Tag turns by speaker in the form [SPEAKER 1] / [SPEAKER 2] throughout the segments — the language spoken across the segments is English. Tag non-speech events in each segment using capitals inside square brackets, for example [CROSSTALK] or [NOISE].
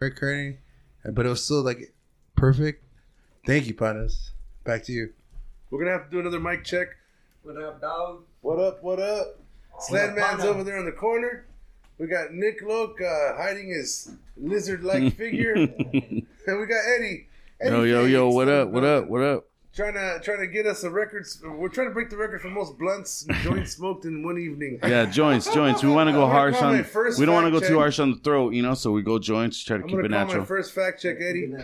[SPEAKER 1] Rick Kearney, but it was still like perfect. Thank you, Panas. Back to you.
[SPEAKER 2] We're gonna have to do another mic check.
[SPEAKER 3] What up, dog?
[SPEAKER 2] What up? What up? Sledman's
[SPEAKER 3] Panas.
[SPEAKER 2] over there in the corner. We got Nick Loke uh, hiding his
[SPEAKER 3] [LAUGHS]
[SPEAKER 2] lizard-like figure, and we got Eddie. Eddie
[SPEAKER 4] Yo, yo, yo,
[SPEAKER 2] Phoenix
[SPEAKER 4] what
[SPEAKER 2] in the
[SPEAKER 4] up, what
[SPEAKER 2] building.
[SPEAKER 4] up, what up?
[SPEAKER 2] Trying to trying to get us a records. We're trying to break the record for
[SPEAKER 4] [LAUGHS]
[SPEAKER 2] most blunts joints smoked in one evening.
[SPEAKER 4] Yeah, joints, joints. We want to
[SPEAKER 2] I'm
[SPEAKER 4] go
[SPEAKER 2] gonna
[SPEAKER 4] harsh
[SPEAKER 2] call my
[SPEAKER 4] on.
[SPEAKER 2] first
[SPEAKER 4] We don't want to
[SPEAKER 2] fact
[SPEAKER 4] go
[SPEAKER 2] check.
[SPEAKER 4] too harsh on the throat, you know. So we go joints, try to
[SPEAKER 2] I'm
[SPEAKER 4] keep
[SPEAKER 2] gonna
[SPEAKER 4] it
[SPEAKER 2] call
[SPEAKER 4] natural.
[SPEAKER 2] my first fact check, Eddie.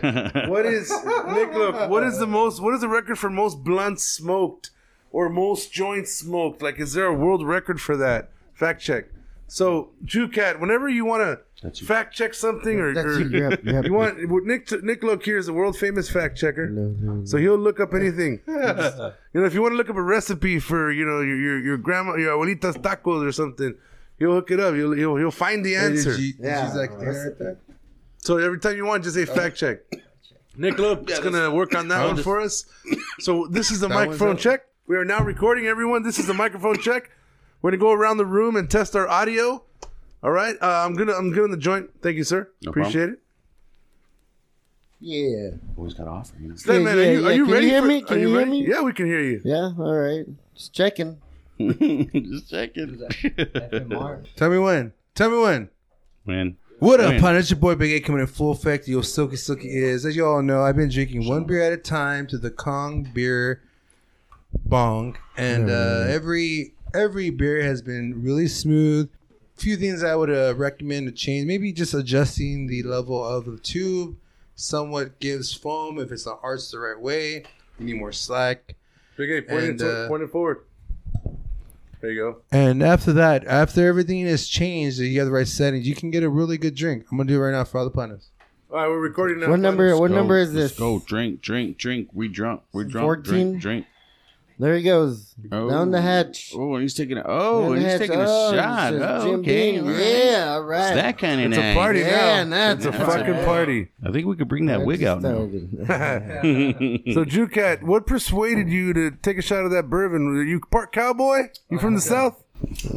[SPEAKER 2] What is Nick? Look, what is the most? What is the record for most blunts smoked or most joints smoked? Like, is there a world record for that? Fact check. So, Jew Cat, whenever you want to fact check something or, or
[SPEAKER 3] That's you.
[SPEAKER 2] you,
[SPEAKER 3] Yep, yep.
[SPEAKER 2] want Nick to, Nick Look here is a world famous fact checker, so he'll look up anything. you know, if you want to look up a recipe for you know your your, your grandma your abuelita's tacos or something, he'll hook it up. He'll he'll, he'll find the
[SPEAKER 1] Hey, did
[SPEAKER 2] answer.
[SPEAKER 1] you- did
[SPEAKER 3] Yeah,
[SPEAKER 1] she's like,
[SPEAKER 3] that's
[SPEAKER 1] "Eric, that-
[SPEAKER 2] So every time you want, just say fact check. Nick Lope is going to work on that one for us. So this is the
[SPEAKER 1] one's
[SPEAKER 2] microphone
[SPEAKER 1] up.
[SPEAKER 2] check. We are now recording, everyone. This is the microphone check. We're going to go around the room and test our audio. All right. Uh, I'm going to I'm giving the joint. Thank you, sir.
[SPEAKER 4] No problem.
[SPEAKER 2] Appreciate it.
[SPEAKER 3] Yeah.
[SPEAKER 4] Always got to offer, you know.
[SPEAKER 2] Sledman,
[SPEAKER 3] yeah,
[SPEAKER 2] are you, are
[SPEAKER 3] yeah.
[SPEAKER 2] you
[SPEAKER 3] Can you
[SPEAKER 2] ready?
[SPEAKER 3] hear
[SPEAKER 2] for-
[SPEAKER 3] me? Can
[SPEAKER 2] are
[SPEAKER 3] you hear
[SPEAKER 2] ready?
[SPEAKER 3] me?
[SPEAKER 2] Yeah, we can hear you.
[SPEAKER 3] Yeah. All right. Just checking.
[SPEAKER 4] [LAUGHS] Just checking.
[SPEAKER 3] FMR.
[SPEAKER 1] Tell me when. Tell me when.
[SPEAKER 4] Man,
[SPEAKER 1] What up,
[SPEAKER 4] Man.
[SPEAKER 1] pun? It's your boy Big A coming in full effect. Yo, silky, silky is. As you all know, I've been drinking one beer at a time to the Kong beer bong, and uh, every every beer has been really smooth. Few things I would uh, recommend to change: maybe just adjusting the level of the tube. Somewhat gives foam if it's not arched the right way. You need more slack.
[SPEAKER 2] Big A, point,
[SPEAKER 1] And,
[SPEAKER 2] it, to-
[SPEAKER 1] uh,
[SPEAKER 2] point it forward. There you go.
[SPEAKER 1] And after that, after everything is changed, and you have the right settings, you can get a really good drink. I'm gonna do it right now for all the punters.
[SPEAKER 2] All right, we're recording now.
[SPEAKER 3] What number? What
[SPEAKER 4] Go,
[SPEAKER 3] number is
[SPEAKER 4] let's
[SPEAKER 3] this?
[SPEAKER 4] Go drink, drink, drink. We drunk, we drunk.
[SPEAKER 3] 14?
[SPEAKER 4] Drink, drink.
[SPEAKER 3] There he goes.
[SPEAKER 4] Oh.
[SPEAKER 3] Down the hatch.
[SPEAKER 4] Oh, he's taking a. Oh,
[SPEAKER 3] Down the
[SPEAKER 4] he's
[SPEAKER 3] hatch.
[SPEAKER 4] taking a
[SPEAKER 3] Oh,
[SPEAKER 4] shot.
[SPEAKER 3] it's just
[SPEAKER 4] Oh,
[SPEAKER 3] Jim
[SPEAKER 4] okay.
[SPEAKER 3] Beam.
[SPEAKER 4] all right.
[SPEAKER 3] Yeah. All
[SPEAKER 4] It's
[SPEAKER 3] right.
[SPEAKER 4] that kind of
[SPEAKER 2] It's a party now.
[SPEAKER 3] Yeah, nah,
[SPEAKER 2] It's a
[SPEAKER 3] that's
[SPEAKER 2] fucking
[SPEAKER 3] right.
[SPEAKER 2] party.
[SPEAKER 4] I think we could bring that wig out [LAUGHS] now.
[SPEAKER 2] [LAUGHS] So, Jucat, what persuaded you to take a shot of that bourbon? Were you part cowboy? You from
[SPEAKER 1] Oh,
[SPEAKER 2] the South?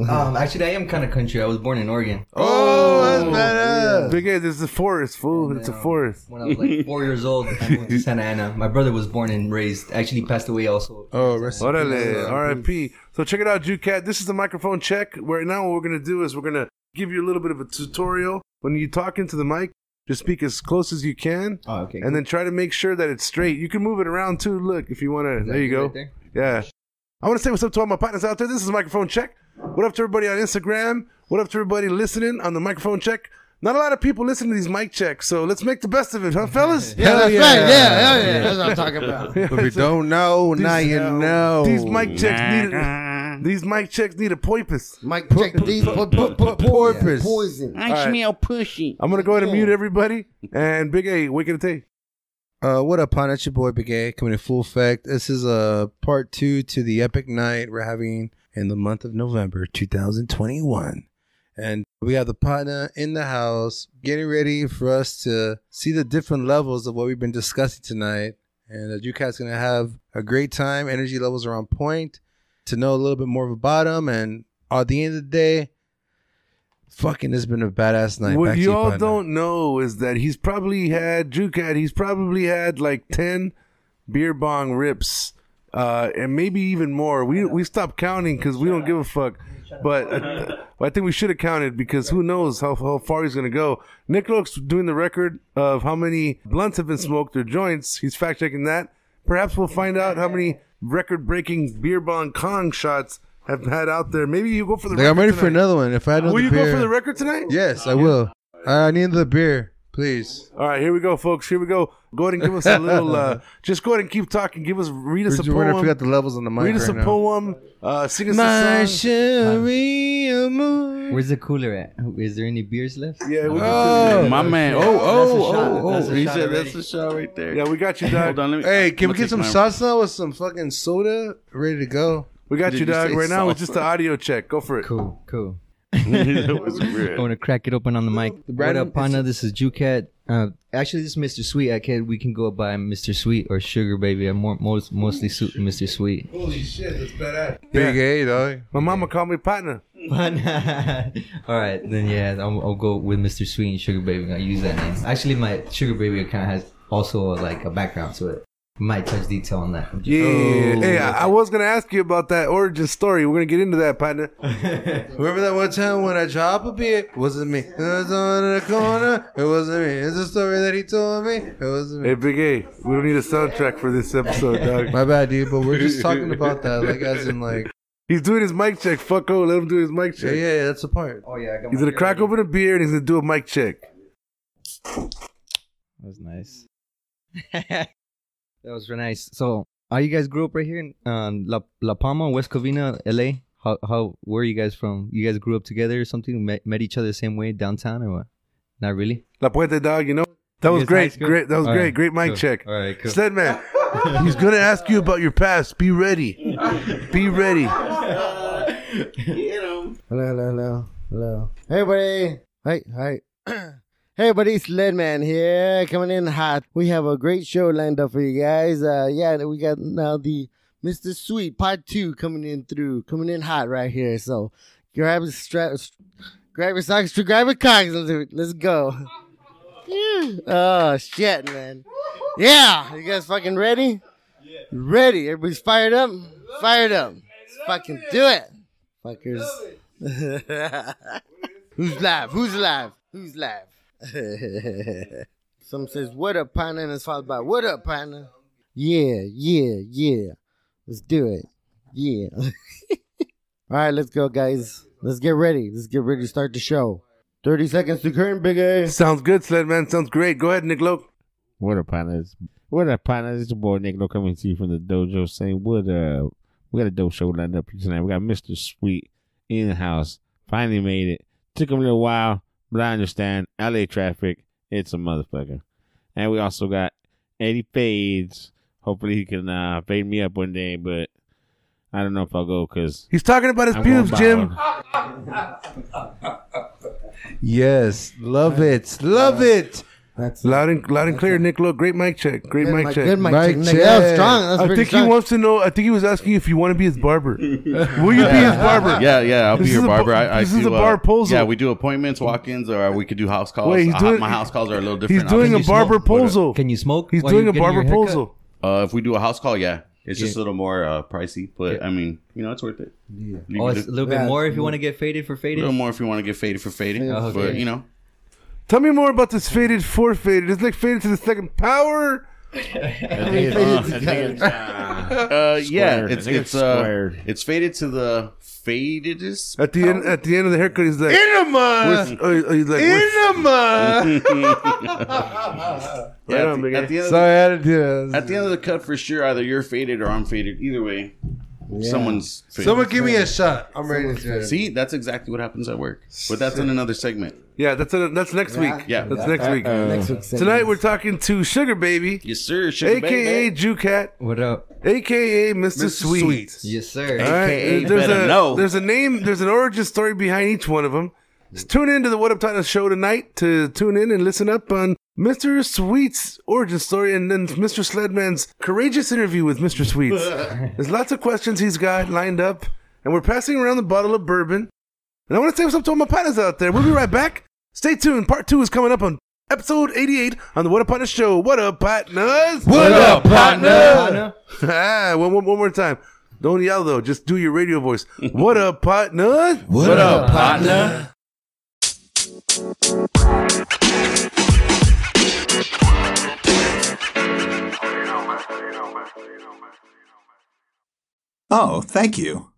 [SPEAKER 3] Um, actually, I am kind of country. I was born in Oregon.
[SPEAKER 1] Oh, that's badass.
[SPEAKER 2] Big A, this is a forest, fool. It's a forest.
[SPEAKER 3] When I was like four years old, I moved to Santa Ana. My brother was born and raised. Actually, passed away also.
[SPEAKER 1] Oh, rest in
[SPEAKER 2] Orale, RIP. So check it out, Jucat. This is the microphone check. Right now, what we're going to do is we're going to give you a little bit of a tutorial. When you talk into the mic, just speak as close as you can.
[SPEAKER 3] Oh, okay.
[SPEAKER 2] And then try to make sure that it's straight. You can move it around too. Look, if you want to. There you
[SPEAKER 3] good
[SPEAKER 2] go.
[SPEAKER 3] right there?
[SPEAKER 2] Yeah. I want to say what's up to all my partners out there. This is Microphone Check. What up to everybody on Instagram? What up to everybody listening on the Microphone Check? Not a lot of people listen to these mic checks, so let's make the best of it, huh, fellas?
[SPEAKER 1] Hell
[SPEAKER 3] that's
[SPEAKER 1] yeah.
[SPEAKER 3] right. Yeah, hell yeah. That's what I'm talking
[SPEAKER 2] [LAUGHS]
[SPEAKER 4] [LAUGHS]
[SPEAKER 3] about.
[SPEAKER 1] But if you don't know, now you know.
[SPEAKER 2] These mic checks need a,
[SPEAKER 4] Ah,
[SPEAKER 2] these mic checks need a poipus.
[SPEAKER 3] Mike, check these po- po- po-
[SPEAKER 1] Porpoise.
[SPEAKER 3] poison.
[SPEAKER 4] I smell pushy.
[SPEAKER 2] I'm gonna go ahead and mute everybody. And Big A, wake it a day.
[SPEAKER 1] Uh, what up, hon? It's your boy Big A coming in full effect. This is uh, part two to the epic night we're having in the month of November 2021. And we have the partner in the house getting ready for us to see the different levels of what we've been discussing tonight. And uh, Jukat's going to have a great time. Energy levels are on point to know a little bit more about him. And at the end of the day, fucking, it's been a badass night.
[SPEAKER 2] What
[SPEAKER 1] Back to
[SPEAKER 2] you all
[SPEAKER 1] partner.
[SPEAKER 2] don't know is that he's probably had Jucat. He's probably had like ten beer bong rips, uh, and maybe even more. We we stopped counting because we don't give a fuck. But uh, I think we should have counted because who knows how, how far he's gonna go. Nick Loke's doing the record of how many blunts have been smoked or joints. He's fact checking that. Perhaps we'll find out how many record breaking beer bong Kong shots have had out there. Maybe you go for the.
[SPEAKER 1] Like, I'm
[SPEAKER 2] record
[SPEAKER 1] ready for
[SPEAKER 2] tonight.
[SPEAKER 1] another one. If I don't,
[SPEAKER 2] Will you go for the record tonight?
[SPEAKER 1] Yes, I will. I need the beer, please.
[SPEAKER 2] All right, here we go, folks. Here we go. Go ahead and give us a little. Uh, just go ahead and keep talking. Give us read us a
[SPEAKER 1] Bridgewater
[SPEAKER 2] poem.
[SPEAKER 1] forgot the levels on the mic
[SPEAKER 2] Read us
[SPEAKER 1] right
[SPEAKER 2] a
[SPEAKER 1] now.
[SPEAKER 2] poem. Uh, sing us
[SPEAKER 1] My
[SPEAKER 2] a song.
[SPEAKER 1] Sharia moon.
[SPEAKER 3] Where's the cooler at? Is there any beers left?
[SPEAKER 2] Yeah, we
[SPEAKER 1] Oh.
[SPEAKER 4] My man. Oh,
[SPEAKER 3] That's a
[SPEAKER 4] oh,
[SPEAKER 3] shot.
[SPEAKER 4] oh,
[SPEAKER 3] That's
[SPEAKER 4] oh.
[SPEAKER 3] a
[SPEAKER 4] He
[SPEAKER 3] shot
[SPEAKER 4] said
[SPEAKER 3] already.
[SPEAKER 4] that's the shot right there.
[SPEAKER 2] yeah, we got
[SPEAKER 5] [LAUGHS]
[SPEAKER 2] you,
[SPEAKER 4] [LAUGHS] Hold
[SPEAKER 2] dog.
[SPEAKER 4] on, let
[SPEAKER 6] [LAUGHS]
[SPEAKER 4] me.
[SPEAKER 1] Hey, can
[SPEAKER 4] I'm
[SPEAKER 1] we
[SPEAKER 4] gonna
[SPEAKER 1] get
[SPEAKER 4] take
[SPEAKER 1] some
[SPEAKER 4] my-
[SPEAKER 1] sauce now with some fucking soda ready to go?
[SPEAKER 2] We got
[SPEAKER 4] Did
[SPEAKER 2] you,
[SPEAKER 4] you
[SPEAKER 2] dog.
[SPEAKER 4] say
[SPEAKER 2] Right now,
[SPEAKER 4] song?
[SPEAKER 2] it's just the audio check. Go for it.
[SPEAKER 3] Cool, cool.
[SPEAKER 4] [LAUGHS] that was
[SPEAKER 3] I
[SPEAKER 4] weird.
[SPEAKER 3] want to crack it open on the mic.
[SPEAKER 1] brand-
[SPEAKER 3] what up, Pana? This is Jucat. Uh, actually, this is Mr. Sweet. I can we can go by Mr. Sweet or Sugar Baby. I'm more, most, mostly su- Mr. Sweet.
[SPEAKER 2] Holy shit, that's badass.
[SPEAKER 1] Big A, dog.
[SPEAKER 2] My mama called me partner.
[SPEAKER 3] But [LAUGHS] all right, then yeah, I'll, I'll go with Mr. Sweet and Sugar Baby. I'll use that name. Actually, my Sugar Baby account has also like a background to it. Might touch detail on that.
[SPEAKER 2] Yeah. hey, I, I was going to ask you about that origin story. We're going to get into that, partner.
[SPEAKER 1] Remember that one time when I dropped a beer? Wasn't me. It was on the corner. It wasn't me. It's a story that he told me. It wasn't me.
[SPEAKER 2] Hey, Big A, we don't need a soundtrack for this episode, dog.
[SPEAKER 1] My bad, dude. But we're just talking about that, like as in like,
[SPEAKER 2] He's doing his mic check. Fuck oh, let him do his mic
[SPEAKER 1] yeah,
[SPEAKER 2] check.
[SPEAKER 1] yeah, yeah, that's the part.
[SPEAKER 3] Oh yeah, I got
[SPEAKER 2] He's going to crack open a beer and he's going to do a mic check.
[SPEAKER 3] That was nice. [LAUGHS] that was really nice. So, are you guys grew up right here in um, La La Palma, West Covina, LA? How how where are you guys from? You guys grew up together or something? Met, met each other the same way downtown or what? Not really.
[SPEAKER 2] La Puente, dog, you know? That was
[SPEAKER 3] Yes,
[SPEAKER 2] great.
[SPEAKER 3] that's good.
[SPEAKER 2] Great. That was
[SPEAKER 3] All
[SPEAKER 2] great.
[SPEAKER 3] right,
[SPEAKER 2] Great mic
[SPEAKER 3] cool.
[SPEAKER 2] check.
[SPEAKER 3] All right, cool. [LAUGHS]
[SPEAKER 2] Steadman, he's going to ask you about your past. Be ready. Be ready.
[SPEAKER 7] Hello, hello, hello, hello. Hey, buddy. Hi, hi. hey, [CLEARS THROAT] buddy. Sledman here, coming in hot. We have a great show lined up for you guys. Uh, yeah, we got now the Mr. Sweet Part Two coming in through, coming in hot right here. So grab your strap, grab your socks, grab your cocks. Let's, let's go. Yeah. [LAUGHS] oh shit, man. Yeah, you guys fucking ready? Ready? Everybody's fired up. Fired up. Let's fucking do it, fuckers. [LAUGHS] Who's live? Who's live? Who's live? [LAUGHS] Some says, What up, partner? And it's followed by, What up, partner? Yeah, yeah, yeah. Let's do it. Yeah. [LAUGHS] All right, let's go, guys. Let's get ready. Let's get ready to start the show. 30 seconds to curtain, big ass.
[SPEAKER 2] Sounds good, Sledman. Sounds great. Go ahead, Nick Loke.
[SPEAKER 6] What up, partners? What up, partners? It's your boy Nick No coming to you from the dojo saying what up. We got a dope show lined up for tonight. We got Mr. Sweet in the house. Finally made it. Took him a little while, but I understand. LA traffic, it's a motherfucker. And we also got Eddie Fades. Hopefully he can uh, fade me up one day, but I don't know if I'll go because
[SPEAKER 2] He's talking about his pubes, Jim.
[SPEAKER 1] Yes, love it, love it.
[SPEAKER 7] That's
[SPEAKER 2] Loud and loud and clear, Nick. Look, great mic check. Great
[SPEAKER 7] good
[SPEAKER 2] mic
[SPEAKER 7] mic,
[SPEAKER 2] check.
[SPEAKER 7] good mic,
[SPEAKER 1] Mic
[SPEAKER 7] check. Nick, That was
[SPEAKER 1] check.
[SPEAKER 7] strong. That was
[SPEAKER 2] I
[SPEAKER 7] pretty
[SPEAKER 2] think he
[SPEAKER 7] strong.
[SPEAKER 2] wants to know. I think he was asking you if you want to be his barber. Will you be his barber?
[SPEAKER 5] Yeah, yeah, I'll
[SPEAKER 2] This
[SPEAKER 5] be your
[SPEAKER 2] is a
[SPEAKER 5] barber.
[SPEAKER 2] bar-
[SPEAKER 5] I, I
[SPEAKER 2] this is
[SPEAKER 5] do,
[SPEAKER 2] a bar
[SPEAKER 5] uh,
[SPEAKER 2] proposal.
[SPEAKER 5] Yeah, we do appointments, walk-ins, or we could do house calls.
[SPEAKER 2] Wait, he's
[SPEAKER 5] I-
[SPEAKER 2] doing-
[SPEAKER 5] my house calls are a little different.
[SPEAKER 2] He's doing
[SPEAKER 5] I'll-
[SPEAKER 2] a barber proposal.
[SPEAKER 3] Can you smoke?
[SPEAKER 2] Oh. He's
[SPEAKER 3] while you're
[SPEAKER 2] doing a
[SPEAKER 3] getting your
[SPEAKER 2] barber
[SPEAKER 3] haircut?
[SPEAKER 2] proposal.
[SPEAKER 5] Uh, if we do a house call, yeah, it's just a little more uh, pricey, but I mean, you know, it's worth it. Yeah.
[SPEAKER 3] Oh, it's a little bit
[SPEAKER 7] Yeah.
[SPEAKER 3] more if you want to get faded for
[SPEAKER 5] a
[SPEAKER 3] faded.
[SPEAKER 5] little more if you want to get faded for fading,
[SPEAKER 7] Yeah,
[SPEAKER 5] but
[SPEAKER 3] okay.
[SPEAKER 5] you know,
[SPEAKER 2] Tell me more about this faded for faded. It's like faded to the second power.
[SPEAKER 5] uh, yeah,
[SPEAKER 6] Squared. I
[SPEAKER 5] it's
[SPEAKER 6] think
[SPEAKER 5] it's
[SPEAKER 6] it's
[SPEAKER 5] uh,
[SPEAKER 6] squared.
[SPEAKER 5] it's faded to the
[SPEAKER 2] [LAUGHS]
[SPEAKER 5] fadedest.
[SPEAKER 2] At the end, at the end of the haircut, he's like,
[SPEAKER 1] Enema,
[SPEAKER 2] "Where's- oh, oh, he's like, "Where's-"
[SPEAKER 1] enema.
[SPEAKER 5] Yeah,
[SPEAKER 2] Right
[SPEAKER 5] at
[SPEAKER 2] on,
[SPEAKER 5] the-
[SPEAKER 2] big
[SPEAKER 5] at
[SPEAKER 2] guy.
[SPEAKER 5] the end of the
[SPEAKER 1] Sorry, I had to do that.
[SPEAKER 5] At the end of the cut, for sure, either you're faded or I'm faded. Either way, someone's faded.
[SPEAKER 1] Someone give me a shot. I'm ready to do it.
[SPEAKER 5] See, that's exactly what happens at work. But that's in another segment.
[SPEAKER 2] yeah, that's a, that's next week.
[SPEAKER 5] Yeah.
[SPEAKER 2] that's next week.
[SPEAKER 7] Next week's
[SPEAKER 2] Tonight we're talking to Sugar Baby,
[SPEAKER 5] Yes, sir. Sugar
[SPEAKER 2] aka
[SPEAKER 5] baby.
[SPEAKER 2] Jew Cat,
[SPEAKER 3] What up?
[SPEAKER 2] aka Mr.
[SPEAKER 5] Mr.
[SPEAKER 2] Sweet.
[SPEAKER 5] Sweet.
[SPEAKER 3] Yes, sir.
[SPEAKER 2] All right,
[SPEAKER 5] AKA
[SPEAKER 2] there's
[SPEAKER 5] better
[SPEAKER 2] a
[SPEAKER 5] know.
[SPEAKER 2] there's a name, there's an origin story behind each one of them.
[SPEAKER 5] Mm.
[SPEAKER 2] Just tune into the What Up Title show tonight to tune in and listen up on Mr. Sweet's origin story and then Mr. Sledman's courageous interview with Mr.
[SPEAKER 5] [LAUGHS]
[SPEAKER 2] Sweets. there's lots of questions he's got lined up, and we're passing around the bottle of bourbon. And I want to say what's up to all my partners out there. We'll be right back. Stay tuned. Part two is coming up on episode 88 on the What Up Partners show. What up, partners? What up,
[SPEAKER 3] partner?
[SPEAKER 2] [LAUGHS] Ah, one, one, one more time. Don't yell though. Just do your radio voice. What up, partner?
[SPEAKER 5] What up, partner?
[SPEAKER 8] Oh, thank you.